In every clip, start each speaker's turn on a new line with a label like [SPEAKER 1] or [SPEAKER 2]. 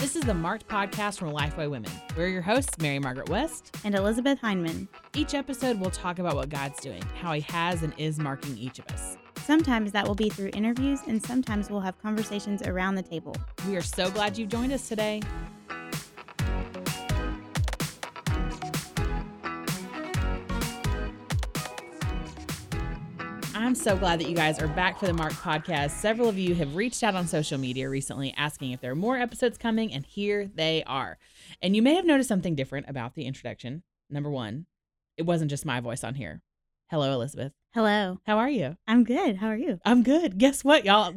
[SPEAKER 1] is the Marked podcast from Lifeway Women. We're your hosts, Mary Margaret West.
[SPEAKER 2] and Elizabeth Heineman.
[SPEAKER 1] Each episode, we'll talk about what God's doing, how He has and is marking each of us.
[SPEAKER 2] Sometimes that will be through interviews, and sometimes we'll have conversations around the table.
[SPEAKER 1] We are so glad you've joined us today. I'm so glad that you guys are back for the Mark podcast. Several of you have reached out on social media recently asking if there are more episodes coming, and here they are. And you may have noticed something different about the introduction. Number one, it wasn't just my voice on here. Hello, Elizabeth.
[SPEAKER 2] Hello,
[SPEAKER 1] How are you?
[SPEAKER 2] I'm good. How are you?
[SPEAKER 1] I'm good. Guess what, y'all?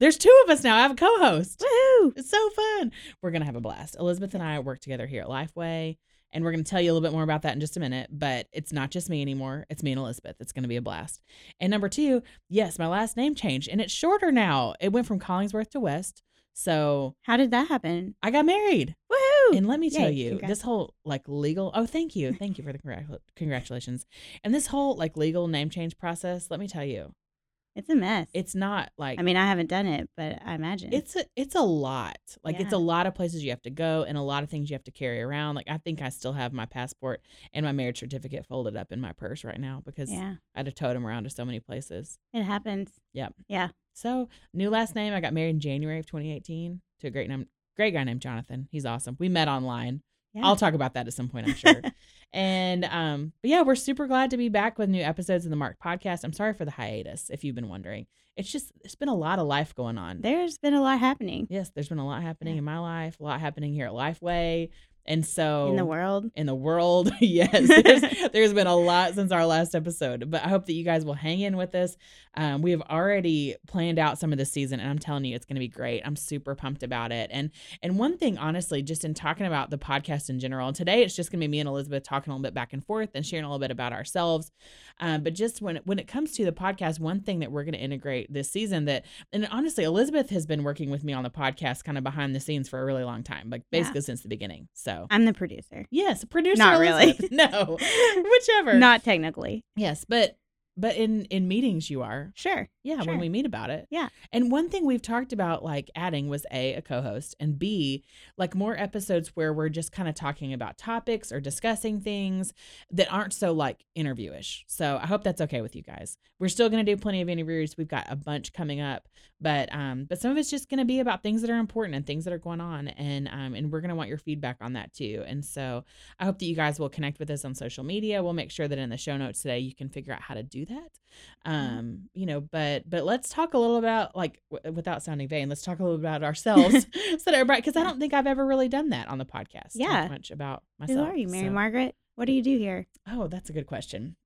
[SPEAKER 1] There's two of us now. I have a co host.
[SPEAKER 2] Woohoo!
[SPEAKER 1] It's so fun. We're going to have a blast. Elizabeth and I work together here at Lifeway, and we're going to tell you a little bit more about that in just a minute. But it's not just me anymore. It's me and Elizabeth. It's going to be a blast. And number two, yes, my last name changed, and it's shorter now. It went from Collingsworth to West. So
[SPEAKER 2] How did that happen?
[SPEAKER 1] I got married.
[SPEAKER 2] Woohoo!
[SPEAKER 1] And let me tell
[SPEAKER 2] Yay,
[SPEAKER 1] you,
[SPEAKER 2] congrats.
[SPEAKER 1] this whole like legal. Oh, thank you, thank you for the congratu- congratulations. And this whole like legal name change process. Let me tell you,
[SPEAKER 2] it's a mess.
[SPEAKER 1] it's not like
[SPEAKER 2] I mean, I haven't done it, but I imagine
[SPEAKER 1] it's a it's a lot like it's a
[SPEAKER 2] Yeah.
[SPEAKER 1] lot of places you have to go and a lot of things you have to carry around like i think i still have my passport and my marriage certificate folded up in my purse right now because
[SPEAKER 2] yeah,
[SPEAKER 1] i'd have towed them around to so many places
[SPEAKER 2] it happens.
[SPEAKER 1] so new last name i got married in january of 2018 to a great name great guy named jonathan he's awesome we met online
[SPEAKER 2] Yeah.
[SPEAKER 1] i'll talk about that at some point i'm sure and um but yeah we're super glad to be back with new episodes of the mark podcast i'm sorry for the hiatus if you've been wondering it's just it's been a lot of life going on
[SPEAKER 2] There's been a lot happening
[SPEAKER 1] Yes, there's been a lot happening
[SPEAKER 2] Yeah.
[SPEAKER 1] in my life, a lot happening here at Lifeway. And so
[SPEAKER 2] in the world.
[SPEAKER 1] in the world, yes, there's, there's been a lot since our last episode, but I hope that you guys will hang in with us. Um, we have already planned out some of the season, and I'm telling you, it's going to be great. I'm super pumped about it. And and one thing, honestly, just in talking about the podcast in general, and today it's just going to be me and Elizabeth talking a little bit back and forth and sharing a little bit about ourselves. Um, but just when when it comes to the podcast, one thing that we're going to integrate this season that, and honestly, Elizabeth has been working with me on the podcast kind of behind the scenes for a really long time, like
[SPEAKER 2] Yeah.
[SPEAKER 1] basically since the beginning. So
[SPEAKER 2] I'm the producer.
[SPEAKER 1] Yes, producer.
[SPEAKER 2] Not really.
[SPEAKER 1] Elizabeth. No, whichever.
[SPEAKER 2] Not technically.
[SPEAKER 1] Yes, but but in in meetings you are.
[SPEAKER 2] Sure.
[SPEAKER 1] Yeah, when
[SPEAKER 2] Sure.
[SPEAKER 1] we meet about it.
[SPEAKER 2] Yeah.
[SPEAKER 1] And one thing we've talked about like adding was A, a co-host, and B, like more episodes where we're just kind of talking about topics or discussing things that aren't so like interviewish. So I hope that's okay with you guys. We're still gonna do plenty of interviews. We've got a bunch coming up, but um, but some of it's just gonna be about things that are important and things that are going on, and um, and we're gonna want your feedback on that too. And so I hope that you guys will connect with us on social media. We'll make sure that in the show notes today you can figure out how to do that
[SPEAKER 2] Mm-hmm.
[SPEAKER 1] um you know but but let's talk a little about like w- uh, without sounding vain let's talk a little about ourselves so that everybody because i don't think i've ever really done that on the podcast talked
[SPEAKER 2] Yeah.
[SPEAKER 1] much about
[SPEAKER 2] Who
[SPEAKER 1] myself
[SPEAKER 2] are you, Mary
[SPEAKER 1] so-
[SPEAKER 2] Margaret? What do you do here?
[SPEAKER 1] oh that's a good question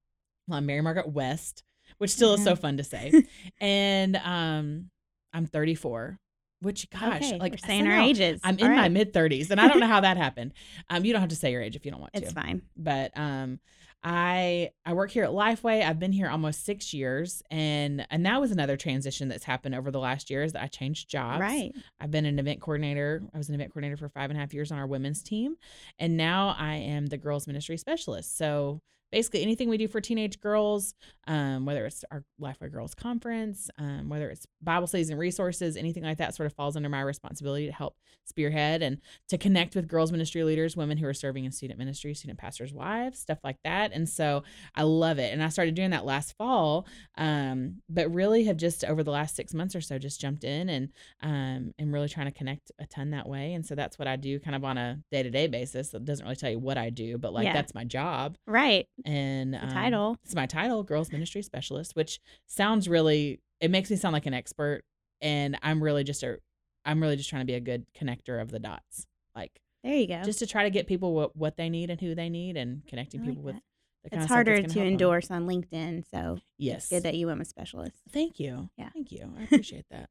[SPEAKER 1] well, i'm mary margaret west which still is so
[SPEAKER 2] Yeah.
[SPEAKER 1] fun to say and um i'm 34 which gosh
[SPEAKER 2] okay,
[SPEAKER 1] like
[SPEAKER 2] we're saying our
[SPEAKER 1] somehow
[SPEAKER 2] ages.
[SPEAKER 1] i'm
[SPEAKER 2] All
[SPEAKER 1] in my
[SPEAKER 2] right.
[SPEAKER 1] mid 30s and i don't know how that happened um you don't have to say your age if you don't want to
[SPEAKER 2] It's fine.
[SPEAKER 1] but um I I work here at Lifeway. I've been here almost 6 years and and that was another transition that's happened over the last year is that I changed jobs.
[SPEAKER 2] Right.
[SPEAKER 1] I've been an event coordinator. I was an event coordinator for five and a half years on our women's team. And now I am the girls ministry specialist. So basically anything we do for teenage girls, um, whether it's our Lifeway Girls Conference, um, whether it's Bible studies and resources, anything like that sort of falls under my responsibility to help spearhead and to connect with girls ministry leaders, women who are serving in student ministry, student pastors' wives, stuff like that. And so I love it. And I started doing that last fall, um, but really have just over the last six months or so just jumped in and um, and really trying to connect a ton that way. And so that's what I do kind of on a day to day basis. It doesn't really tell you what I do, but like
[SPEAKER 2] Yeah.
[SPEAKER 1] that's my job.
[SPEAKER 2] Right.
[SPEAKER 1] And um,
[SPEAKER 2] title.
[SPEAKER 1] It's my title, Girls Ministry Specialist, which sounds really, it makes me sound like an expert. And I'm really just a, I'm really just trying to be a good connector of the dots. Like,
[SPEAKER 2] There you go.
[SPEAKER 1] just to try to get people what, what they need and who they need and connecting
[SPEAKER 2] I like
[SPEAKER 1] people with
[SPEAKER 2] that.
[SPEAKER 1] the kind
[SPEAKER 2] it's
[SPEAKER 1] of stuff that's
[SPEAKER 2] harder
[SPEAKER 1] gonna
[SPEAKER 2] to
[SPEAKER 1] help 'em.
[SPEAKER 2] endorse on LinkedIn, so
[SPEAKER 1] Yes.
[SPEAKER 2] good that you went with specialist.
[SPEAKER 1] Thank you.
[SPEAKER 2] Yeah.
[SPEAKER 1] Thank you. I appreciate that.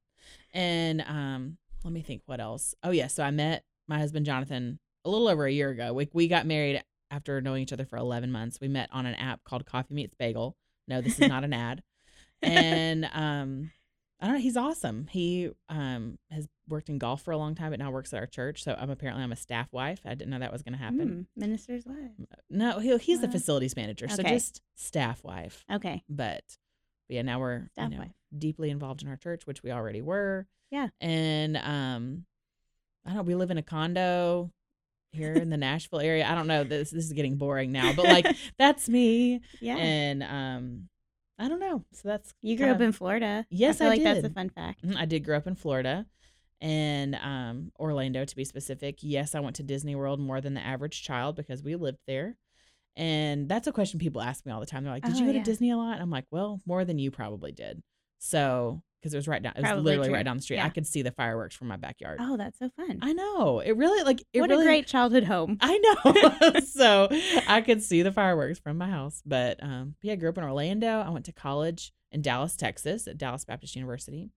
[SPEAKER 1] And um, let me think what else. Oh yeah, so I met my husband Jonathan a little over a year ago. We we got married after knowing each other for eleven months. We met on an app called Coffee Meets Bagel. No, this is not an ad. And um I don't know, he's awesome. He um has worked in golf for a long time, but now works at our church. So I'm apparently I'm a staff wife. I didn't know that was gonna happen.
[SPEAKER 2] Mm, minister's wife.
[SPEAKER 1] No, he, he's the
[SPEAKER 2] Wow.
[SPEAKER 1] facilities manager. So
[SPEAKER 2] Okay.
[SPEAKER 1] just staff wife
[SPEAKER 2] Okay.
[SPEAKER 1] but yeah, now we're you
[SPEAKER 2] Staff
[SPEAKER 1] know,
[SPEAKER 2] wife.
[SPEAKER 1] deeply involved in our church, which we already were.
[SPEAKER 2] Yeah.
[SPEAKER 1] And um I don't. We live in a condo here in the Nashville area. I don't know. This this is getting boring now, but like that's me.
[SPEAKER 2] Yeah.
[SPEAKER 1] And um, I don't know. So that's
[SPEAKER 2] you grew
[SPEAKER 1] kind
[SPEAKER 2] up
[SPEAKER 1] of-
[SPEAKER 2] in Florida.
[SPEAKER 1] Yes,
[SPEAKER 2] I feel
[SPEAKER 1] I
[SPEAKER 2] like that's a
[SPEAKER 1] did.
[SPEAKER 2] fun fact.
[SPEAKER 1] Mhm, I did grow up in Florida and um, Orlando, to be specific. Yes, I went to Disney World more than the average child because we lived there. And that's a question people ask me all the time. They're like, Did
[SPEAKER 2] Oh,
[SPEAKER 1] you go
[SPEAKER 2] yeah.
[SPEAKER 1] to Disney a lot? I'm like, Well, more than you probably did. So, because it was right down, it was
[SPEAKER 2] Probably
[SPEAKER 1] literally
[SPEAKER 2] true.
[SPEAKER 1] right down the street.
[SPEAKER 2] Yeah.
[SPEAKER 1] I could see the fireworks from my backyard.
[SPEAKER 2] Oh, that's so fun.
[SPEAKER 1] I know. It really, like, it
[SPEAKER 2] what
[SPEAKER 1] really.
[SPEAKER 2] a great childhood home.
[SPEAKER 1] I know. so I could see the fireworks from my house. But um, yeah, I grew up in Orlando. I went to college in Dallas, Texas, at Dallas Baptist University,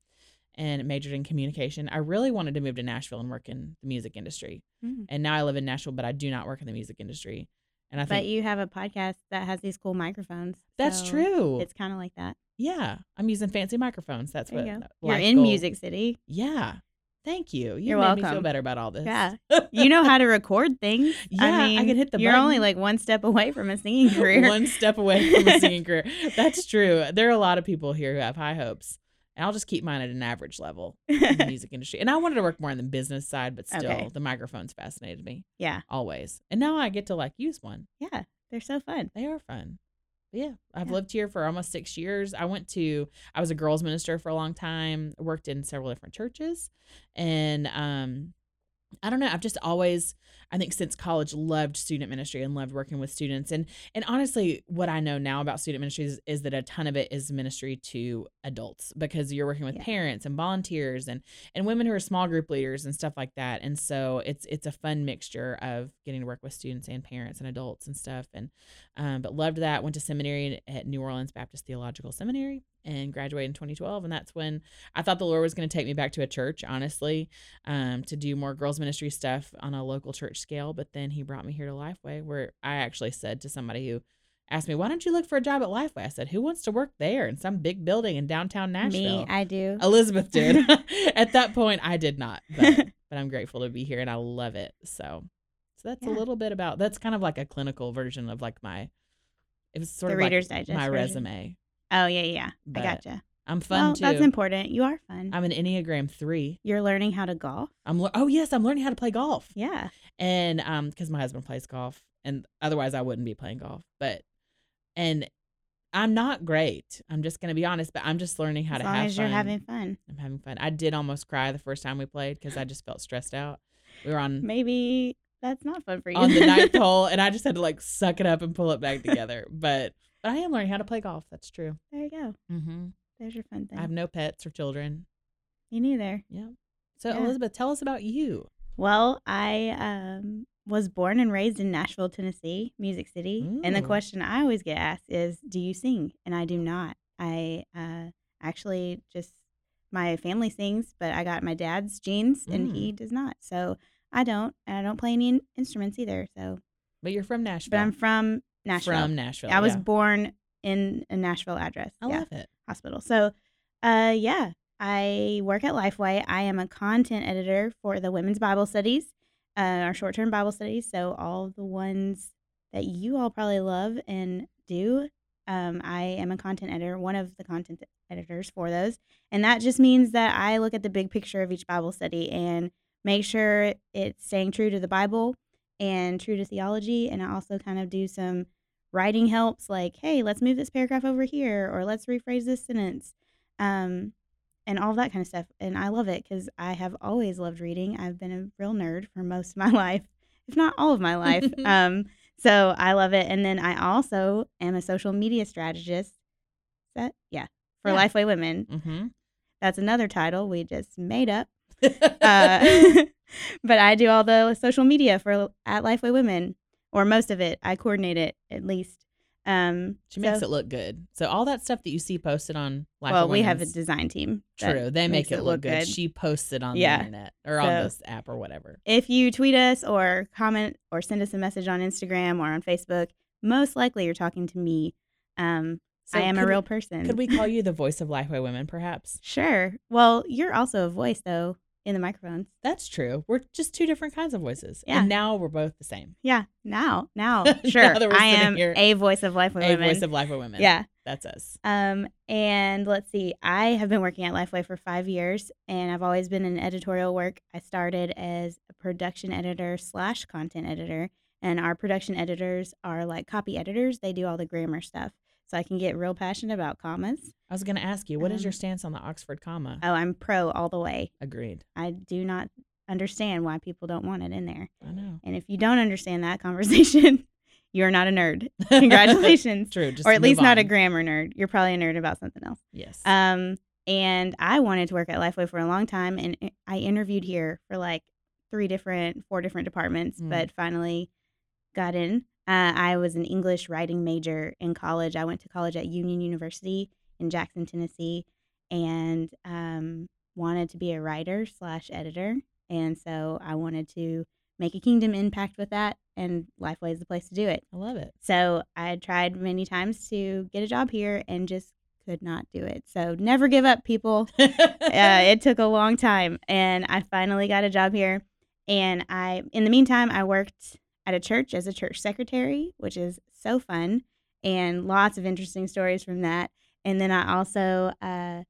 [SPEAKER 1] and majored in communication. I really wanted to move to Nashville and work in the music industry.
[SPEAKER 2] Mm.
[SPEAKER 1] And now I live in Nashville, but I do not work in the music industry. And I
[SPEAKER 2] But
[SPEAKER 1] think
[SPEAKER 2] you have a podcast that has these cool microphones.
[SPEAKER 1] that's
[SPEAKER 2] so
[SPEAKER 1] true.
[SPEAKER 2] It's kind of like that.
[SPEAKER 1] Yeah, I'm using fancy microphones. That's
[SPEAKER 2] There
[SPEAKER 1] what
[SPEAKER 2] you go.
[SPEAKER 1] life
[SPEAKER 2] You're in
[SPEAKER 1] goal-
[SPEAKER 2] Music City.
[SPEAKER 1] Yeah. Thank you. You
[SPEAKER 2] You're
[SPEAKER 1] made me feel
[SPEAKER 2] welcome.
[SPEAKER 1] better about all this.
[SPEAKER 2] Yeah. You know how to record things. I
[SPEAKER 1] Yeah, I
[SPEAKER 2] mean,
[SPEAKER 1] can hit the
[SPEAKER 2] You're only
[SPEAKER 1] button.
[SPEAKER 2] like one step away from a singing career.
[SPEAKER 1] one step away from a singing career. That's true. There are a lot of people here who have high hopes. And I'll just keep mine at an average level in the music industry. And I wanted to work more on the business side, but still
[SPEAKER 2] Okay.
[SPEAKER 1] the microphones fascinated me
[SPEAKER 2] yeah.
[SPEAKER 1] always. And now I get to like use one.
[SPEAKER 2] Yeah. They're so fun.
[SPEAKER 1] They are fun. But yeah, I've
[SPEAKER 2] Yeah.
[SPEAKER 1] lived here for almost six years. I went to, I was a girls minister for a long time, worked in several different churches. And um, I don't know, I've just always, I think since college, loved student ministry and loved working with students. And and honestly, what I know now about student ministries is, that a ton of it is ministry to adults because you're working with
[SPEAKER 2] Yeah.
[SPEAKER 1] parents and volunteers and and women who are small group leaders and stuff like that. And so it's it's a fun mixture of getting to work with students and parents and adults and stuff. And um, but loved that. Went to seminary at New Orleans Baptist Theological Seminary and graduated in 2012. And that's when I thought the Lord was going to take me back to a church, honestly, um, to do more girls ministry stuff on a local church scale. But then He brought me here to Lifeway, where I actually said to somebody who asked me, "Why don't you look for a job at Lifeway?" I said, "Who wants to work there in some big building in downtown Nashville?"
[SPEAKER 2] Me, I do.
[SPEAKER 1] Elizabeth did. At that point, I did not, but, but I'm grateful to be here and I love it. So, so that's
[SPEAKER 2] Yeah.
[SPEAKER 1] a little bit about. That's kind of like a clinical version of like my. It was sort
[SPEAKER 2] The
[SPEAKER 1] of like
[SPEAKER 2] Reader's Digest
[SPEAKER 1] my
[SPEAKER 2] version.
[SPEAKER 1] resume.
[SPEAKER 2] Oh, yeah, yeah. I
[SPEAKER 1] But
[SPEAKER 2] gotcha.
[SPEAKER 1] I'm fun
[SPEAKER 2] well,
[SPEAKER 1] too.
[SPEAKER 2] that's important. You are fun.
[SPEAKER 1] I'm an Enneagram three.
[SPEAKER 2] You're learning how to golf.
[SPEAKER 1] I'm lear- oh yes, I'm learning how to play golf,
[SPEAKER 2] Yeah.
[SPEAKER 1] and um, because my husband plays golf, and otherwise I wouldn't be playing golf. But and I'm not great. I'm just gonna be honest, but I'm just learning how
[SPEAKER 2] as
[SPEAKER 1] to
[SPEAKER 2] long
[SPEAKER 1] have
[SPEAKER 2] as
[SPEAKER 1] fun.
[SPEAKER 2] you're having fun.
[SPEAKER 1] I'm having fun. I did almost cry the first time we played because I just felt stressed out. We were on
[SPEAKER 2] Maybe that's not fun for you.
[SPEAKER 1] Mm. on the ninth hole, and I just had to like suck it up and pull it back together. But but I am learning how to play golf. That's true.
[SPEAKER 2] there you go.
[SPEAKER 1] Mm-hmm.
[SPEAKER 2] There's your fun thing.
[SPEAKER 1] I have no pets or children.
[SPEAKER 2] Me neither.
[SPEAKER 1] Yeah. So
[SPEAKER 2] Yeah.
[SPEAKER 1] Elizabeth, tell us about you.
[SPEAKER 2] Well, I um, was born and raised in Nashville, Tennessee, Music City. And the
[SPEAKER 1] Ooh.
[SPEAKER 2] question I always get asked is, do you sing? And I do not. I uh, actually just, my family sings, but I got my dad's genes and
[SPEAKER 1] Mm.
[SPEAKER 2] he does not. So I don't. And I don't play any in- instruments either. So,
[SPEAKER 1] But you're from Nashville.
[SPEAKER 2] but I'm from Nashville.
[SPEAKER 1] From Nashville.
[SPEAKER 2] I was
[SPEAKER 1] yeah.
[SPEAKER 2] born in a Nashville address.
[SPEAKER 1] I
[SPEAKER 2] yeah
[SPEAKER 1] love it.
[SPEAKER 2] hospital. So, uh, yeah, I work at Lifeway. I am a content editor for the Women's Bible Studies, uh, our short term Bible studies. So, all the ones that you all probably love and do. Um, I am a content editor, one of the content editors for those. And that just means that I look at the big picture of each Bible study and make sure it's staying true to the Bible and true to theology. And I also kind of do some writing helps like hey let's move this paragraph over here or let's rephrase this sentence um, and all that kind of stuff and i love it because i have always loved reading i've been a real nerd for most of my life if not all of my life um, so i love it and then i also am a social media strategist Is that yeah for
[SPEAKER 1] Yeah.
[SPEAKER 2] lifeway women
[SPEAKER 1] Mm-hmm.
[SPEAKER 2] that's another title we just made up uh, but I do all the social media for at Lifeway Women, or most of it. I coordinate it at least. Um,
[SPEAKER 1] she makes
[SPEAKER 2] so-
[SPEAKER 1] it look good. So all that stuff that you see posted on Life
[SPEAKER 2] well,
[SPEAKER 1] of
[SPEAKER 2] we have a
[SPEAKER 1] Women's-
[SPEAKER 2] design team. that-
[SPEAKER 1] True. They make
[SPEAKER 2] makes
[SPEAKER 1] it, look good. She posts it on
[SPEAKER 2] Yeah.
[SPEAKER 1] the internet or on
[SPEAKER 2] So-
[SPEAKER 1] this app or whatever.
[SPEAKER 2] if you tweet us or comment or send us a message on Instagram or on Facebook, most likely you're talking to me. Um,
[SPEAKER 1] So
[SPEAKER 2] I am a
[SPEAKER 1] could we-
[SPEAKER 2] real person.
[SPEAKER 1] Could we call you the voice of Lifeway Women, perhaps?
[SPEAKER 2] Sure. Well, you're also a voice though in the microphones.
[SPEAKER 1] That's true. We're just two different kinds of voices.
[SPEAKER 2] Yeah.
[SPEAKER 1] And now we're both the same.
[SPEAKER 2] Yeah. Now, now,
[SPEAKER 1] Now
[SPEAKER 2] sure.
[SPEAKER 1] that we're
[SPEAKER 2] I
[SPEAKER 1] sitting
[SPEAKER 2] am
[SPEAKER 1] here,
[SPEAKER 2] a voice of Lifeway
[SPEAKER 1] A
[SPEAKER 2] Women.
[SPEAKER 1] voice of Lifeway Women.
[SPEAKER 2] yeah.
[SPEAKER 1] That's us.
[SPEAKER 2] Um, and let's see, I have been working at Lifeway for five years, and I've always been in editorial work. I started as a production editor slash content editor, and our production editors are like copy editors. They do all the grammar stuff, so I can get real passionate about commas.
[SPEAKER 1] I was going to ask you, what is your
[SPEAKER 2] Um,
[SPEAKER 1] stance on the Oxford comma?
[SPEAKER 2] Oh, I'm pro all the way.
[SPEAKER 1] Agreed.
[SPEAKER 2] I do not understand why people don't want it in there.
[SPEAKER 1] I know.
[SPEAKER 2] And if you don't understand that conversation, you're not a nerd. Congratulations.
[SPEAKER 1] True. Just
[SPEAKER 2] or at least
[SPEAKER 1] move
[SPEAKER 2] not a
[SPEAKER 1] on.
[SPEAKER 2] grammar nerd. You're probably a nerd about something else.
[SPEAKER 1] Yes.
[SPEAKER 2] Um, and I wanted to work at Lifeway for a long time, and i- I interviewed here for like three different, four different departments,
[SPEAKER 1] Mm.
[SPEAKER 2] but finally got in. Uh, I was an English writing major in college. I went to college at Union University in Jackson, Tennessee, and um, wanted to be a writer slash editor. And so I wanted to make a kingdom impact with that, and Lifeway is the place to do it.
[SPEAKER 1] I love it.
[SPEAKER 2] So I tried many times to get a job here and just could not do it. So never give up, people. Uh, it took a long time, and I finally got a job here. And I, in the meantime, I worked at a church as a church secretary, which is so fun, and lots of interesting stories from that. And then I also uh,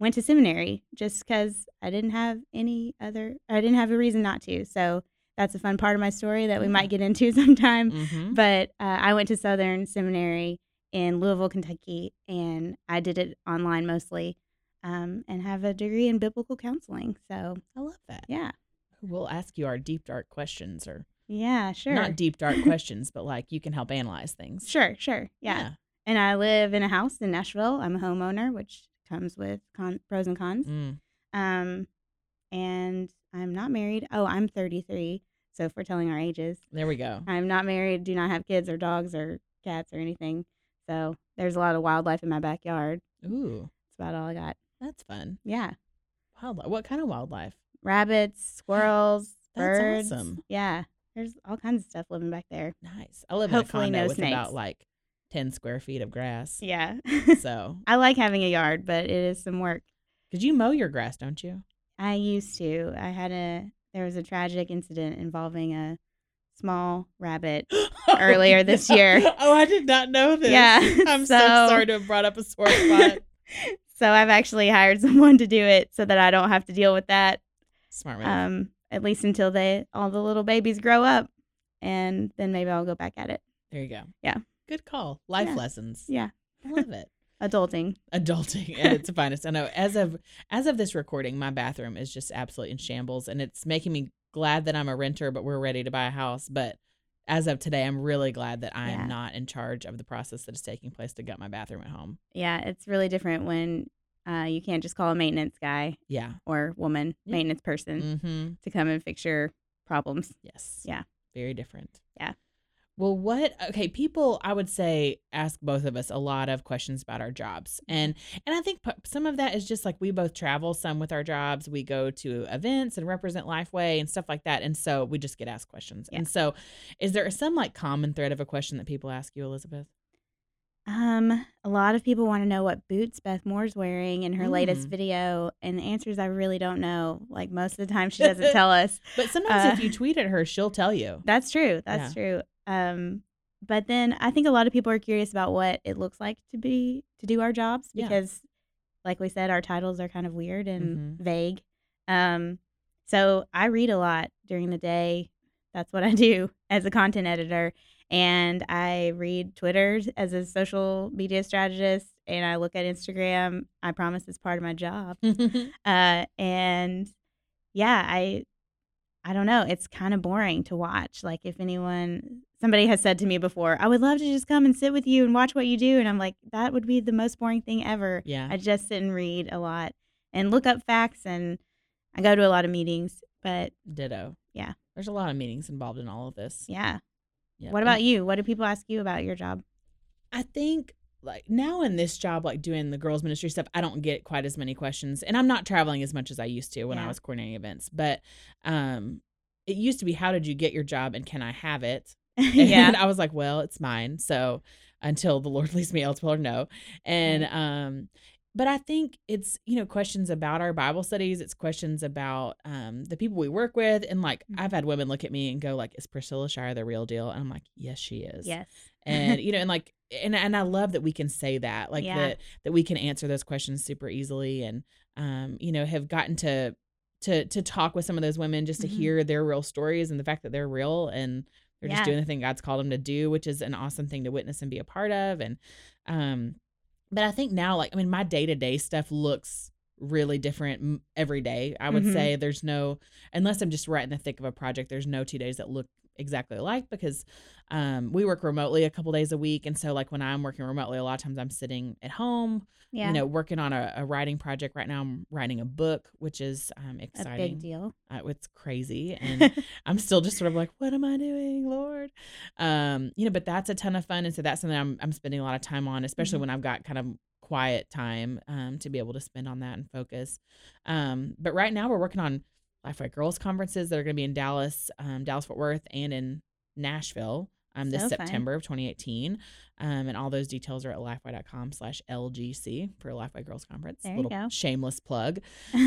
[SPEAKER 2] went to seminary just because I didn't have any other, I didn't have a reason not to. So that's a fun part of my story that we might get into sometime
[SPEAKER 1] Mhm.
[SPEAKER 2] but uh, I went to Southern Seminary in Louisville, Kentucky, and I did it online mostly, um, and have a degree in biblical counseling. So
[SPEAKER 1] I love that.
[SPEAKER 2] yeah,
[SPEAKER 1] We'll ask you our deep dark questions, or
[SPEAKER 2] yeah, sure,
[SPEAKER 1] not deep dark questions, but like you can help analyze things.
[SPEAKER 2] sure, sure, yeah. And I live in a house in Nashville. I'm a homeowner, which comes with con- pros and cons.
[SPEAKER 1] Mm.
[SPEAKER 2] Um, and I'm not married. Oh, I'm 33. So if we're telling our ages,
[SPEAKER 1] There we go.
[SPEAKER 2] I'm not married, do not have kids or dogs or cats or anything. So there's a lot of wildlife in my backyard.
[SPEAKER 1] Ooh,
[SPEAKER 2] That's about all I got.
[SPEAKER 1] that's fun.
[SPEAKER 2] Yeah.
[SPEAKER 1] Wildlife. What kind of wildlife?
[SPEAKER 2] Rabbits, squirrels,
[SPEAKER 1] That's
[SPEAKER 2] birds.
[SPEAKER 1] awesome.
[SPEAKER 2] Yeah. There's all kinds of stuff living back there.
[SPEAKER 1] Nice. I live
[SPEAKER 2] Hopefully
[SPEAKER 1] in a
[SPEAKER 2] no
[SPEAKER 1] condo with
[SPEAKER 2] snakes.
[SPEAKER 1] about like ten square feet of grass.
[SPEAKER 2] Yeah.
[SPEAKER 1] So,
[SPEAKER 2] I like having a yard, but it is some work.
[SPEAKER 1] because you mow your grass, don't you?
[SPEAKER 2] I used to. I had a there was a tragic incident involving a small rabbit. Earlier this year.
[SPEAKER 1] Oh, I did not know this.
[SPEAKER 2] Yeah.
[SPEAKER 1] I'm so, sorry to have brought up a sore spot.
[SPEAKER 2] So I've actually hired someone to do it so that I don't have to deal with that
[SPEAKER 1] Smart move.
[SPEAKER 2] um at least until they all the little babies grow up and then maybe I'll go back at it.
[SPEAKER 1] there you go.
[SPEAKER 2] yeah.
[SPEAKER 1] Good call. Life
[SPEAKER 2] Yeah.
[SPEAKER 1] lessons.
[SPEAKER 2] Yeah.
[SPEAKER 1] I love it.
[SPEAKER 2] Adulting.
[SPEAKER 1] adulting at its finest. I know as of as of this recording, my bathroom is just absolutely in shambles, and it's making me glad that I'm a renter, but we're ready to buy a house. But as of today, I'm really glad that I am
[SPEAKER 2] Yeah.
[SPEAKER 1] not in charge of the process that is taking place to gut my bathroom at home.
[SPEAKER 2] Yeah, it's really different when uh, you can't just call a maintenance guy
[SPEAKER 1] Yeah.
[SPEAKER 2] or woman,
[SPEAKER 1] Yeah.
[SPEAKER 2] maintenance person,
[SPEAKER 1] Mm-hmm.
[SPEAKER 2] to come and fix your problems.
[SPEAKER 1] Yes.
[SPEAKER 2] Yeah.
[SPEAKER 1] Very different.
[SPEAKER 2] Yeah.
[SPEAKER 1] Well, what okay, people I would say ask both of us a lot of questions about our jobs.
[SPEAKER 2] Mm-hmm.
[SPEAKER 1] And and I think p- some of that is just like we both travel some with our jobs. We go to events and represent Lifeway and stuff like that. And so we just get asked questions.
[SPEAKER 2] Yeah.
[SPEAKER 1] And so is there some like common thread of a question that people ask you, Elizabeth?
[SPEAKER 2] Um, a lot of people want to know what boots Beth Moore's wearing in her latest
[SPEAKER 1] Mm.
[SPEAKER 2] video, and the answers I really don't know. Like most of the time, she doesn't tell us.
[SPEAKER 1] But sometimes if
[SPEAKER 2] Uh,
[SPEAKER 1] you tweet at her, she'll tell you.
[SPEAKER 2] That's true. That's true. Um, but then I think a lot of people are curious about what it looks like to be to do our jobs
[SPEAKER 1] Yeah.
[SPEAKER 2] because, like we said, our titles are kind of weird and
[SPEAKER 1] Mhm.
[SPEAKER 2] vague. Um, so I read a lot during the day. That's what I do as a content editor, and I read Twitter as a social media strategist, and I look at Instagram. I promise it's part of my job uh, and yeah i i don't know it's kind of boring to watch like if anyone somebody has said to me before i would love to just come and sit with you and watch what you do and i'm like that would be the most boring thing ever
[SPEAKER 1] yeah.
[SPEAKER 2] i just sit and read a lot and look up facts and i go to a lot of meetings but
[SPEAKER 1] Ditto.
[SPEAKER 2] Yeah.
[SPEAKER 1] There's a lot of meanings involved in all of this.
[SPEAKER 2] yeah
[SPEAKER 1] Yeah.
[SPEAKER 2] what about you what do people ask you about your job
[SPEAKER 1] I think like now in this job, like doing the girls ministry stuff, I don't get quite as many questions, and I'm not traveling as much as I used to when I
[SPEAKER 2] Yeah.
[SPEAKER 1] was coordinating events. But um, it used to be, how did you get your job, and can I have it?
[SPEAKER 2] yeah
[SPEAKER 1] And I was like, well, it's mine. So until the Lord leads me elsewhere, no. And um, but I think it's you know questions about our Bible studies. It's questions about um, the people we work with, and like
[SPEAKER 2] Mhm.
[SPEAKER 1] I've had women look at me and go like, "Is Priscilla Shire the real deal?" And I'm like, "Yes, she is."
[SPEAKER 2] Yes.
[SPEAKER 1] and you know, and like, and and I love that we can say that, like
[SPEAKER 2] Yeah.
[SPEAKER 1] that that we can answer those questions super easily, and um, you know, have gotten to to to talk with some of those women just to
[SPEAKER 2] Mhm.
[SPEAKER 1] hear their real stories and the fact that they're real and they're
[SPEAKER 2] Yeah.
[SPEAKER 1] just doing the thing God's called them to do, which is an awesome thing to witness and be a part of, and um, but I think now, like, I mean, my day to day stuff looks really different m- every day. I would
[SPEAKER 2] Mhm.
[SPEAKER 1] say there's no, unless I'm just right in the thick of a project, there's no two days that look exactly alike because um, we work remotely a couple days a week. And so, like, when I'm working remotely, a lot of times I'm sitting at home,
[SPEAKER 2] yeah.
[SPEAKER 1] you know, working on a, a writing project. Right now, I'm writing a book, which is um,
[SPEAKER 2] a
[SPEAKER 1] exciting.
[SPEAKER 2] big deal.
[SPEAKER 1] Uh, it's crazy. And I'm still just sort of like, what am I doing, Lord? Um, you know, but that's a ton of fun, and so that's something I'm I'm spending a lot of time on, especially
[SPEAKER 2] Mhm.
[SPEAKER 1] when I've got kind of quiet time um, to be able to spend on that and focus. Um, but right now we're working on Lifeway Girls conferences that are going to be in Dallas, um, Dallas Fort Worth, and in Nashville. Um, this
[SPEAKER 2] So fun.
[SPEAKER 1] September of 2018, um, and all those details are at lifeway.com slash LGC for Lifeway Girls Conference.
[SPEAKER 2] There you
[SPEAKER 1] Little
[SPEAKER 2] go.
[SPEAKER 1] shameless plug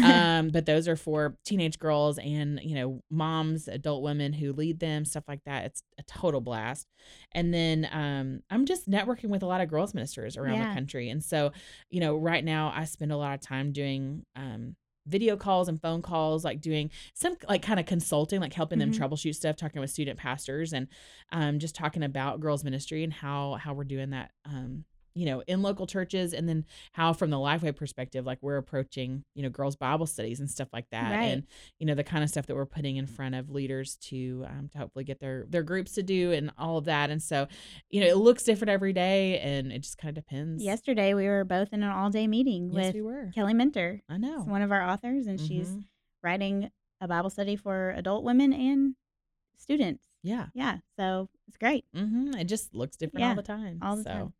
[SPEAKER 1] um, but those are for teenage girls and you know moms, adult women who lead them, stuff like that. It's a total blast. And then um, I'm just networking with a lot of girls ministers around
[SPEAKER 2] Yeah.
[SPEAKER 1] the country, and so you know right now I spend a lot of time doing. Um, video calls and phone calls like doing some like kind of consulting like helping them
[SPEAKER 2] Mhm.
[SPEAKER 1] troubleshoot stuff talking with student pastors and um just talking about girls ministry and how how we're doing that um you know in local churches and then how from the lifeway perspective like we're approaching you know girls bible studies and stuff like that
[SPEAKER 2] Right.
[SPEAKER 1] and you know the kind of stuff that we're putting in front of leaders to um, to hopefully get their their groups to do and all of that and so you know it looks different every day and it just kind of depends
[SPEAKER 2] Yesterday, we were both in an all day meeting
[SPEAKER 1] yes
[SPEAKER 2] with
[SPEAKER 1] we were
[SPEAKER 2] Kelly Minter,
[SPEAKER 1] i
[SPEAKER 2] She's
[SPEAKER 1] know
[SPEAKER 2] one of our authors, and she's
[SPEAKER 1] Mhm.
[SPEAKER 2] writing a Bible study for adult women and students.
[SPEAKER 1] yeah
[SPEAKER 2] Yeah. So it's great.
[SPEAKER 1] hmm it just looks different
[SPEAKER 2] Yeah,
[SPEAKER 1] all the time
[SPEAKER 2] all the
[SPEAKER 1] so
[SPEAKER 2] time.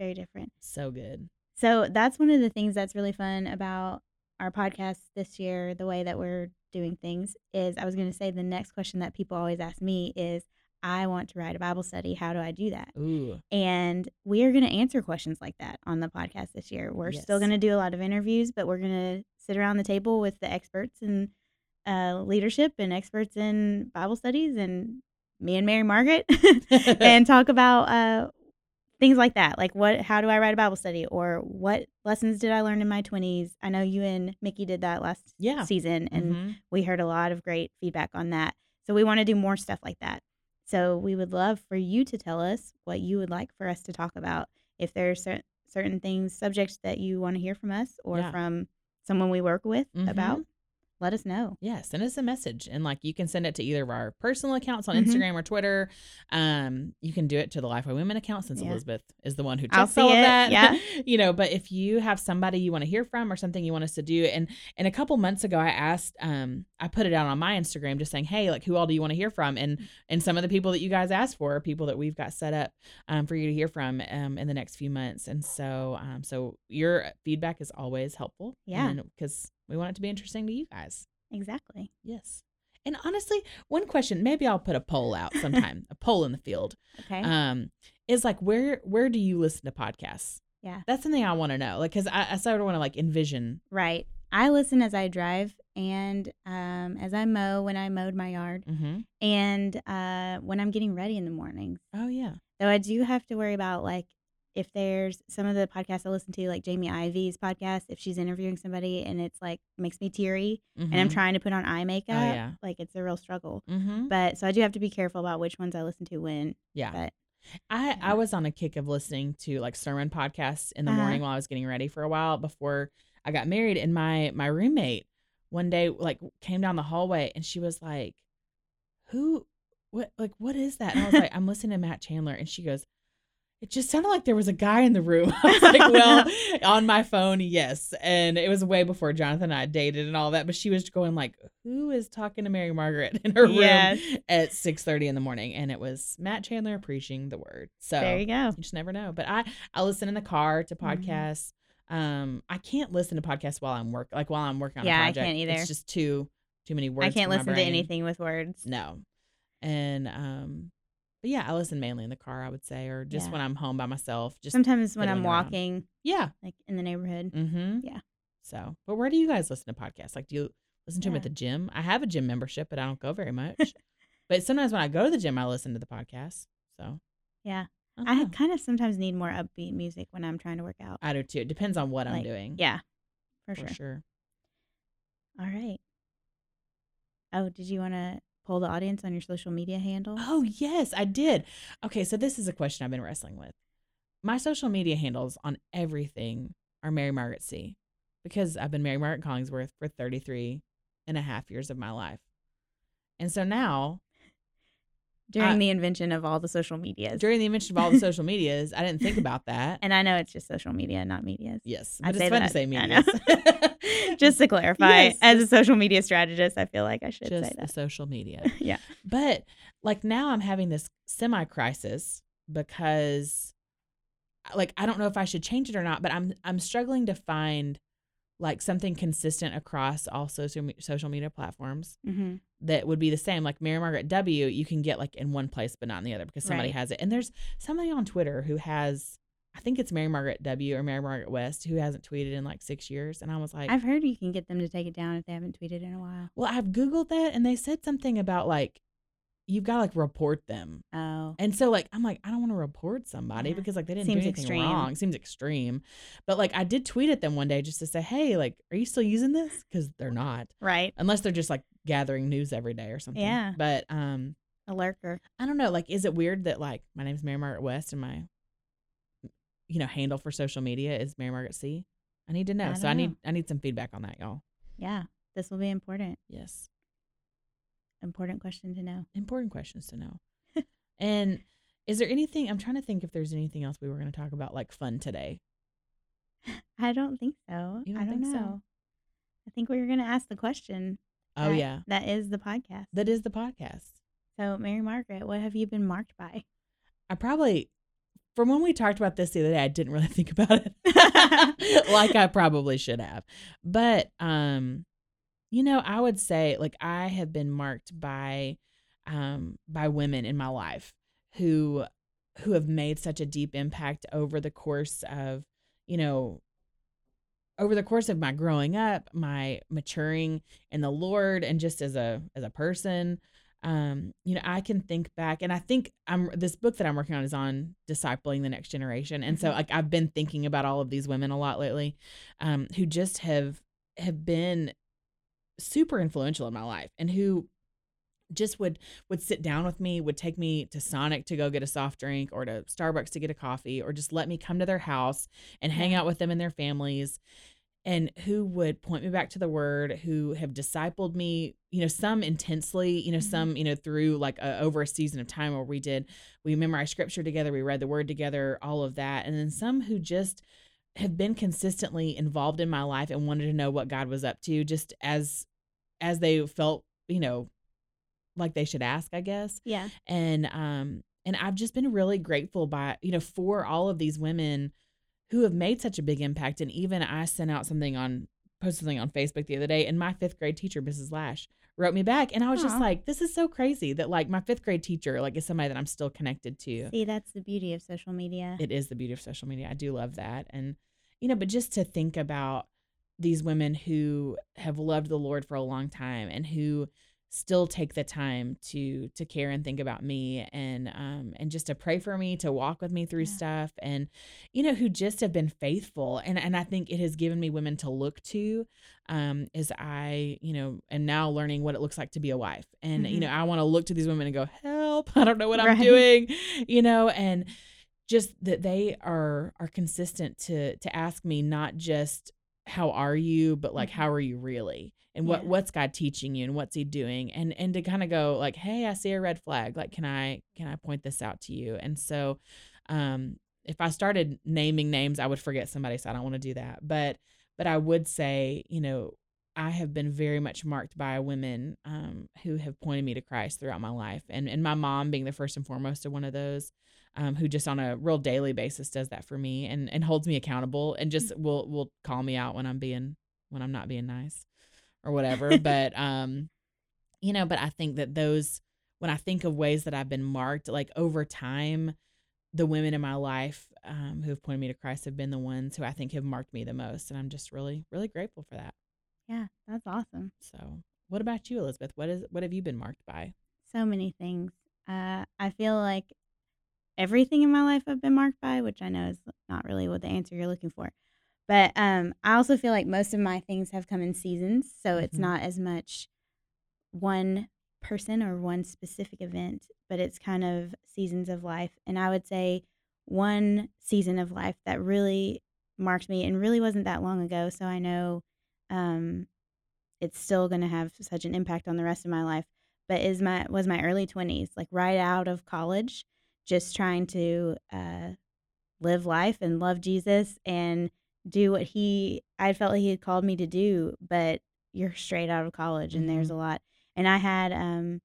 [SPEAKER 2] Very different.
[SPEAKER 1] so good
[SPEAKER 2] So that's one of the things that's really fun about our podcast this year, the way that we're doing things is I was going to say the next question that people always ask me is I want to write a Bible study. How do I do that?
[SPEAKER 1] ooh
[SPEAKER 2] And we are going to answer questions like that on the podcast this year. We're still
[SPEAKER 1] Yes.
[SPEAKER 2] going to do a lot of interviews, but we're going to sit around the table with the experts in uh, leadership and experts in Bible studies and me and Mary Margaret and talk about uh, things like that. Like, what, how do I write a Bible study? Or what lessons did I learn in my 20s? I know you and Mickey did that last
[SPEAKER 1] Yeah.
[SPEAKER 2] season, and
[SPEAKER 1] Mhm.
[SPEAKER 2] we heard a lot of great feedback on that. So we want to do more stuff like that. So we would love for you to tell us what you would like for us to talk about. If there are cer- certain things, subjects that you want to hear from us or
[SPEAKER 1] Yeah.
[SPEAKER 2] from someone we work with
[SPEAKER 1] Mhm.
[SPEAKER 2] about, let us know.
[SPEAKER 1] Yeah, send us a message and like you can send it to either of our personal accounts on
[SPEAKER 2] Mhm.
[SPEAKER 1] Instagram or Twitter. Um, you can do it to the Lifeway Women account since
[SPEAKER 2] Yeah.
[SPEAKER 1] Elizabeth is the one who
[SPEAKER 2] I'll
[SPEAKER 1] checks all
[SPEAKER 2] see
[SPEAKER 1] of
[SPEAKER 2] it,
[SPEAKER 1] that.
[SPEAKER 2] yeah.
[SPEAKER 1] you know, but if you have somebody you want to hear from or something you want us to do, and and a couple months ago I asked, um, I put it out on my Instagram just saying, hey, like who all do you want to hear from? And and some of the people that you guys asked for are people that we've got set up um, for you to hear from um, in the next few months. And so, um, so your feedback is always helpful.
[SPEAKER 2] Yeah.
[SPEAKER 1] because we want it to be interesting to you guys.
[SPEAKER 2] Exactly.
[SPEAKER 1] Yes. And honestly, one question, maybe I'll put a poll out sometime, a poll in the field.
[SPEAKER 2] Okay.
[SPEAKER 1] Um, is like where where do you listen to podcasts?
[SPEAKER 2] Yeah.
[SPEAKER 1] That's something I want to know. Like cause I, I sort of want to like envision.
[SPEAKER 2] right. I listen as I drive and um, as I mow when I mowed my yard
[SPEAKER 1] Mm-hmm.
[SPEAKER 2] and uh, when I'm getting ready in the mornings.
[SPEAKER 1] Oh yeah.
[SPEAKER 2] Though I do have to worry about like if there's some of the podcasts I listen to, like Jamie Ivy's podcast, if she's interviewing somebody and it's like makes me teary and I'm trying to put on eye makeup,
[SPEAKER 1] Mm-hmm. Oh, yeah.
[SPEAKER 2] like it's a real struggle.
[SPEAKER 1] Mm-hmm.
[SPEAKER 2] But so I do have to be careful about which ones I listen to when.
[SPEAKER 1] Yeah.
[SPEAKER 2] But
[SPEAKER 1] I,
[SPEAKER 2] Yeah.
[SPEAKER 1] I was on a kick of listening to like sermon podcasts in the
[SPEAKER 2] Uh-huh.
[SPEAKER 1] morning while I was getting ready for a while before I got married. And my my roommate one day like came down the hallway and she was like, "Who? What? Like what is that?" And I was like, "I'm listening to Matt Chandler." And she goes, "It just sounded like there was a guy in the room." I was
[SPEAKER 2] Oh,
[SPEAKER 1] like, "Well,
[SPEAKER 2] no.
[SPEAKER 1] on my phone, yes." And it was way before Jonathan and I dated and all that. But she was going like, "Who is talking to Mary Margaret in her room?"
[SPEAKER 2] Yes.
[SPEAKER 1] at 6:30 in the morning and it was Matt Chandler preaching the word. So
[SPEAKER 2] there you
[SPEAKER 1] you
[SPEAKER 2] go.
[SPEAKER 1] just never know. But I I listen in the car to
[SPEAKER 2] Mhm.
[SPEAKER 1] podcasts. Um I can't listen to podcasts while I'm work like while I'm working on
[SPEAKER 2] Yeah,
[SPEAKER 1] a
[SPEAKER 2] I
[SPEAKER 1] project.
[SPEAKER 2] can't either.
[SPEAKER 1] It's just too too many words.
[SPEAKER 2] I can't
[SPEAKER 1] for my
[SPEAKER 2] listen to
[SPEAKER 1] brain.
[SPEAKER 2] anything with words.
[SPEAKER 1] No. And um But yeah, I listen mainly in the car, I would say, or just
[SPEAKER 2] Yeah.
[SPEAKER 1] when I'm home by myself. Just
[SPEAKER 2] Sometimes when I'm
[SPEAKER 1] fiddling around.
[SPEAKER 2] walking,
[SPEAKER 1] yeah.
[SPEAKER 2] like in the neighborhood,
[SPEAKER 1] Mm-hmm.
[SPEAKER 2] Yeah.
[SPEAKER 1] So, but where do you guys listen to podcasts? Like, do you listen to them at
[SPEAKER 2] Yeah.
[SPEAKER 1] the gym? I have a gym membership, but I don't go very much. but sometimes when I go to the gym, I listen to the podcast. So,
[SPEAKER 2] Yeah.
[SPEAKER 1] I,
[SPEAKER 2] I
[SPEAKER 1] don't know.
[SPEAKER 2] kind of sometimes need more upbeat music when I'm trying to work out.
[SPEAKER 1] I do too. It depends on what I'm
[SPEAKER 2] Like,
[SPEAKER 1] doing.
[SPEAKER 2] Yeah, for,
[SPEAKER 1] Um, for
[SPEAKER 2] sure.
[SPEAKER 1] sure.
[SPEAKER 2] All right. Oh, did you want to poll the audience on your social media handle?
[SPEAKER 1] Oh yes, I did. Okay, so this is a question I've been wrestling with. My social media handles on everything are Mary Margaret C. Because I've been Mary Margaret Collingsworth for 33 and a half years of my life. And so now
[SPEAKER 2] During
[SPEAKER 1] I-
[SPEAKER 2] the invention of all the social medias.
[SPEAKER 1] during the invention of all the social medias, I didn't think about that.
[SPEAKER 2] and I know it's just social media, not medias.
[SPEAKER 1] yes,
[SPEAKER 2] I
[SPEAKER 1] but
[SPEAKER 2] say
[SPEAKER 1] it's fun
[SPEAKER 2] that.
[SPEAKER 1] to say
[SPEAKER 2] I
[SPEAKER 1] medias.
[SPEAKER 2] know. just to clarify,
[SPEAKER 1] Yes,
[SPEAKER 2] as a social media strategist, I feel like I should
[SPEAKER 1] just
[SPEAKER 2] say
[SPEAKER 1] the
[SPEAKER 2] that.
[SPEAKER 1] social media.
[SPEAKER 2] yeah.
[SPEAKER 1] But like now I'm having this semi crisis because like I don't know if I should change it or not, but I'm I'm struggling to find like something consistent across all social me- social media platforms
[SPEAKER 2] Mm-hmm.
[SPEAKER 1] that would be the same like Mary Margaret W you can get like in one place but not in the other because somebody
[SPEAKER 2] Right.
[SPEAKER 1] has it. And there's somebody on Twitter who has I think it's Mary Margaret W or Mary Margaret West who hasn't tweeted in like 6 years and I was like
[SPEAKER 2] I've heard you can get them to take it down if they haven't tweeted in a while.
[SPEAKER 1] well I've googled that and they said something about like you've got to like report them
[SPEAKER 2] Oh.
[SPEAKER 1] And so like I'm like I don't want to report somebody
[SPEAKER 2] Yeah.
[SPEAKER 1] because like they didn't
[SPEAKER 2] Seems
[SPEAKER 1] do anything
[SPEAKER 2] extreme.
[SPEAKER 1] wrong. Seems extreme. But like I did tweet at them one day just to say, "Hey, like are you still using this?" cuz they're not.
[SPEAKER 2] Right.
[SPEAKER 1] Unless they're just like gathering news every day or something.
[SPEAKER 2] Yeah.
[SPEAKER 1] But um
[SPEAKER 2] A lurker.
[SPEAKER 1] I don't know, like is it weird that like my name's Mary Margaret West and my you know, handle for social media is Mary Margaret C? I need to know.
[SPEAKER 2] I
[SPEAKER 1] so
[SPEAKER 2] don't
[SPEAKER 1] I
[SPEAKER 2] know.
[SPEAKER 1] need I need some feedback on that, y'all.
[SPEAKER 2] Yeah. This will be important.
[SPEAKER 1] Yes.
[SPEAKER 2] Important question to know.
[SPEAKER 1] Important questions to know. and is there anything I'm trying to think if there's anything else we were going to talk about like fun today?
[SPEAKER 2] I don't think so.
[SPEAKER 1] You
[SPEAKER 2] I
[SPEAKER 1] don't
[SPEAKER 2] don't
[SPEAKER 1] think so?
[SPEAKER 2] know. I think we were going to ask the question.
[SPEAKER 1] Oh
[SPEAKER 2] that-
[SPEAKER 1] yeah.
[SPEAKER 2] That is the podcast.
[SPEAKER 1] That is the podcast.
[SPEAKER 2] so, Mary Margaret, what have you been marked by?
[SPEAKER 1] I probably, from when we talked about this the other day, I didn't really think about it like I probably should have. But, um, you know, I would say like I have been marked by, um, by women in my life who, who have made such a deep impact over the course of, you know, over the course of my growing up, my maturing in the Lord, and just as a as a person, um, you know, I can think back, and I think I'm this book that I'm working on is on discipling the next generation, and so
[SPEAKER 2] Mhm.
[SPEAKER 1] like I've been thinking about all of these women a lot lately, um, who just have have been super influential in my life, and who just would would sit down with me, would take me to Sonic to go get a soft drink, or to Starbucks to get a coffee, or just let me come to their house and hang
[SPEAKER 2] Yeah.
[SPEAKER 1] out with them and their families and who would point me back to the word who have discipled me you know some intensely you know
[SPEAKER 2] Mhm.
[SPEAKER 1] some you know through like a, over a season of time where we did we memorized scripture together we read the word together all of that and then some who just have been consistently involved in my life and wanted to know what god was up to just as as they felt you know like they should ask i guess
[SPEAKER 2] Yeah.
[SPEAKER 1] and um and I've just been really grateful by you know for all of these women who have made such a big impact and even I sent out something on posted something on Facebook the other day and my 5th grade teacher Mrs. Lash wrote me back and I was
[SPEAKER 2] Aw.
[SPEAKER 1] just like this is so crazy that like my 5th grade teacher like is somebody that I'm still connected to.
[SPEAKER 2] See, that's the beauty of social media.
[SPEAKER 1] It is the beauty of social media. I do love that and you know but just to think about these women who have loved the Lord for a long time and who still take the time to to care and think about me and um and just to pray for me to walk with me through
[SPEAKER 2] Yeah.
[SPEAKER 1] stuff and you know who just have been faithful and and I think it has given me women to look to um as I you know am now learning what it looks like to be a wife and
[SPEAKER 2] Mhm.
[SPEAKER 1] you know I want to look to these women and go help I don't know what I'm
[SPEAKER 2] Right.
[SPEAKER 1] doing you know and just that they are are consistent to to ask me not just how are you but like
[SPEAKER 2] Mhm.
[SPEAKER 1] how are you really and what
[SPEAKER 2] Yeah.
[SPEAKER 1] what's god teaching you and what's he doing and and to kind of go like hey i see a red flag like can i can i point this out to you and so um if i started naming names i would forget somebody so i don't want to do that but but i would say you know i have been very much marked by women um, who have pointed me to christ throughout my life and and my mom being the first and foremost of one of those um, who just on a real daily basis does that for me and and holds me accountable and just will will call me out when I'm being when I'm not being nice or whatever. but um, you know, but I think that those when I think of ways that I've been marked, like over time, the women in my life um, who have pointed me to Christ have been the ones who I think have marked me the most. And I'm just really, really grateful for that.
[SPEAKER 2] Yeah, that's awesome.
[SPEAKER 1] So, what about you, Elizabeth? What is what have you been marked by?
[SPEAKER 2] So many things. Uh, I feel like everything in my life I've been marked by, which I know is not really what the answer you're looking for. But um, I also feel like most of my things have come in seasons. So it's
[SPEAKER 1] Mhm.
[SPEAKER 2] not as much one person or one specific event, but it's kind of seasons of life. And I would say one season of life that really marked me and really wasn't that long ago. So I know um, it's still going to have such an impact on the rest of my life. But is my was my early twenties like right out of college, just trying to uh, live life and love Jesus and do what he I felt like he had called me to do. But you're straight out of college, and there's a lot. And I had um,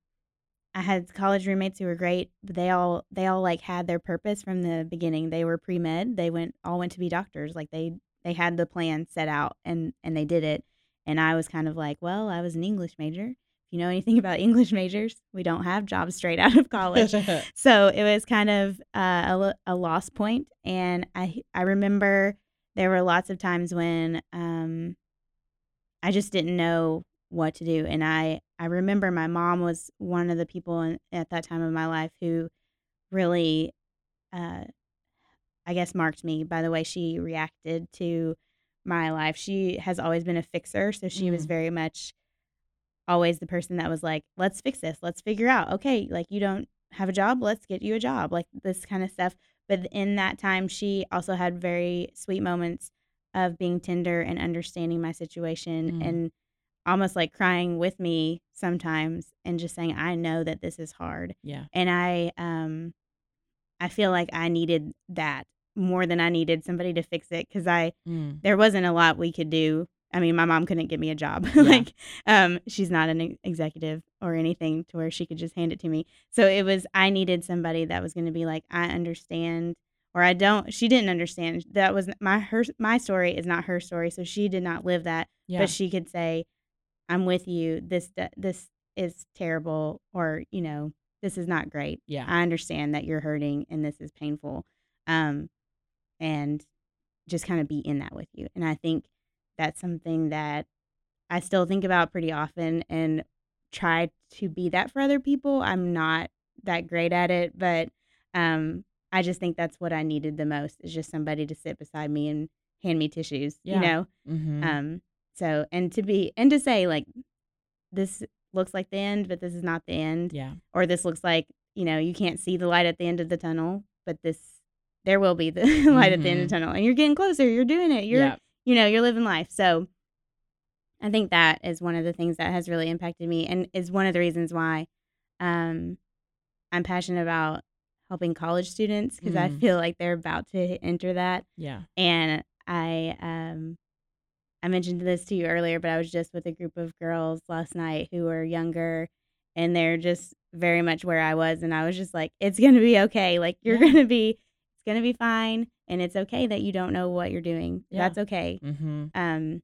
[SPEAKER 2] I had college roommates who were great. But they all they all like had their purpose from the beginning. They were pre med. They went all went to be doctors. Like they they had the plan set out and and they did it. And I was kind of like, well, I was an English major. If you know anything about English majors, we don't have jobs straight out of college so it was kind of uh, a, lo- a lost point and I, I remember there were lots of times when um, i just didn't know what to do and i i remember my mom was one of the people in, at that time of my life who really uh, i guess marked me by the way she reacted to my life she has always been a fixer so she was
[SPEAKER 1] Mm.
[SPEAKER 2] very much always the person that was like let's fix this let's figure out okay like you don't have a job let's get you a job like this kind of stuff but in that time she also had very sweet moments of being tender and understanding my situation
[SPEAKER 1] Mm.
[SPEAKER 2] and almost like crying with me sometimes and just saying i know that this is hard
[SPEAKER 1] yeah.
[SPEAKER 2] and i um i feel like i needed that more than i needed somebody to fix it because i
[SPEAKER 1] Mm.
[SPEAKER 2] there wasn't a lot we could do. I mean, my mom couldn't get me a job.
[SPEAKER 1] Yeah.
[SPEAKER 2] like, um, she's not an ex- executive or anything to where she could just hand it to me. So it was, I needed somebody that was going to be like, I understand, or I don't. She didn't understand. That was my her my story is not her story. So she did not live that,
[SPEAKER 1] Yeah.
[SPEAKER 2] but she could say, I'm with you. This d- this is terrible, or you know, this is not great.
[SPEAKER 1] yeah.
[SPEAKER 2] I understand that you're hurting and this is painful. Um, and just kind of be in that with you. And I think that's something that I still think about pretty often and try to be that for other people. I'm not that great at it, but um, I just think that's what I needed the most is just somebody to sit beside me and hand me tissues,
[SPEAKER 1] Yeah.
[SPEAKER 2] you know?
[SPEAKER 1] hmm
[SPEAKER 2] Um, so, and to be, and to say, like, this looks like the end, but this is not the end
[SPEAKER 1] yeah.
[SPEAKER 2] or this looks like you know you can't see the light at the end of the tunnel but this there will be the light at the end of the tunnel and you're getting closer you're doing it you're
[SPEAKER 1] Mm-hmm. yeah.
[SPEAKER 2] you know you're living life so i think that is one of the things that has really impacted me and is one of the reasons why um i'm passionate about helping college students because i
[SPEAKER 1] Mm.
[SPEAKER 2] feel like they're about to enter that
[SPEAKER 1] Yeah.
[SPEAKER 2] and I um I mentioned this to you earlier, but I was just with a group of girls last night who were younger and they're just very much where I was and I was just like, It's gonna be okay. Like you're
[SPEAKER 1] Yeah.
[SPEAKER 2] gonna be it's gonna be fine and it's okay that you don't know what you're doing.
[SPEAKER 1] Yeah.
[SPEAKER 2] That's okay.
[SPEAKER 1] Mm-hmm.
[SPEAKER 2] Um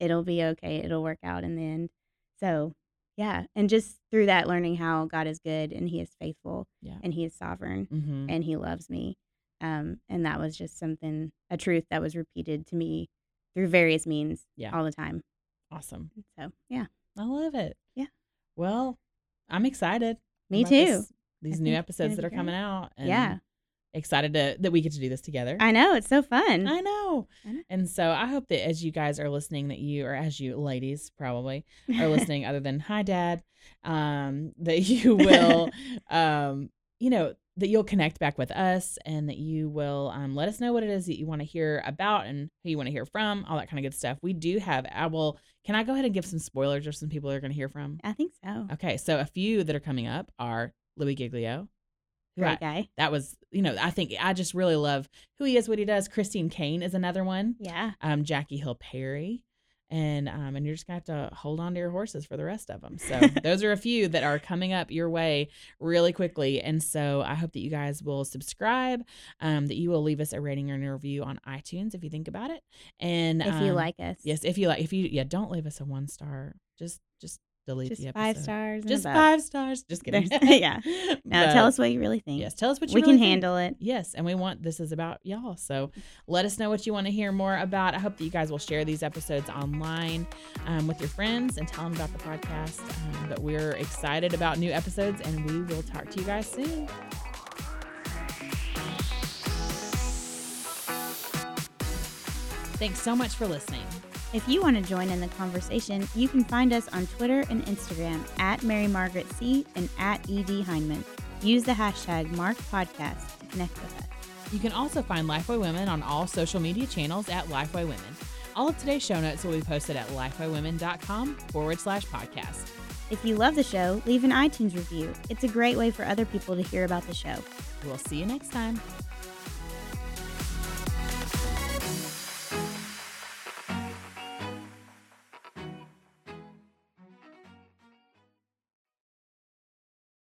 [SPEAKER 2] it'll be okay. It'll work out in the end. So yeah. And just through that learning how God is good and he is faithful
[SPEAKER 1] Yeah.
[SPEAKER 2] and he is sovereign
[SPEAKER 1] Mm-hmm.
[SPEAKER 2] and he loves me. Um, and that was just something, a truth that was repeated to me through various means
[SPEAKER 1] Yeah.
[SPEAKER 2] all the time.
[SPEAKER 1] Awesome.
[SPEAKER 2] So, yeah,
[SPEAKER 1] I love it.
[SPEAKER 2] Yeah.
[SPEAKER 1] Well, I'm excited.
[SPEAKER 2] me
[SPEAKER 1] about
[SPEAKER 2] too.
[SPEAKER 1] this- these new
[SPEAKER 2] think it's gonna
[SPEAKER 1] episodes that
[SPEAKER 2] be
[SPEAKER 1] are coming
[SPEAKER 2] great.
[SPEAKER 1] out. And
[SPEAKER 2] Yeah.
[SPEAKER 1] Excited to that we get to do this together.
[SPEAKER 2] I know. It's so fun.
[SPEAKER 1] I know.
[SPEAKER 2] I know.
[SPEAKER 1] And so I hope that as you guys are listening, that you, or as you ladies probably are listening, other than hi, dad, um, that you will, um, you know, that you'll connect back with us and that you will um, let us know what it is that you want to hear about and who you want to hear from, all that kind of good stuff. We do have, I will, can I go ahead and give some spoilers or some people you're going to hear from?
[SPEAKER 2] I think so.
[SPEAKER 1] Okay. So a few that are coming up are Louis Giglio. who I-
[SPEAKER 2] Great guy.
[SPEAKER 1] that was you know i think i just really love who he is what he does christine kane is another one
[SPEAKER 2] Yeah.
[SPEAKER 1] um, jackie hill perry and um, and you're just gonna have to hold on to your horses for the rest of them so those are a few that are coming up your way really quickly and so i hope that you guys will subscribe um, that you will leave us a rating or a review on itunes if you think about it and
[SPEAKER 2] If you
[SPEAKER 1] um,
[SPEAKER 2] like us.
[SPEAKER 1] yes if you like if you yeah don't leave us a one star just just delete
[SPEAKER 2] Just
[SPEAKER 1] the episode.
[SPEAKER 2] five stars. and
[SPEAKER 1] Just
[SPEAKER 2] above.
[SPEAKER 1] five stars. Just kidding.
[SPEAKER 2] There's- yeah. Now
[SPEAKER 1] But-
[SPEAKER 2] tell us what you really think.
[SPEAKER 1] Yes, tell us what you
[SPEAKER 2] we
[SPEAKER 1] really
[SPEAKER 2] can
[SPEAKER 1] think.
[SPEAKER 2] handle it.
[SPEAKER 1] Yes, and we want this is about y'all. So let us know what you want to hear more about. I hope that you guys will share these episodes online um, with your friends and tell them about the podcast. Um, but we're excited about new episodes, and we will talk to you guys soon. Thanks so much for listening.
[SPEAKER 2] If you want to join in the conversation, you can find us on Twitter and Instagram at Mary Margaret C and at ED Heineman. Use the hashtag MarkPodcast to connect with us.
[SPEAKER 1] You can also find Lifeway Women on all social media channels at Lifeway Women. All of today's show notes will be posted at lifewaywomen.com forward slash podcast.
[SPEAKER 2] If you love the show, leave an iTunes review. It's a great way for other people to hear about the show.
[SPEAKER 1] We'll see you next time.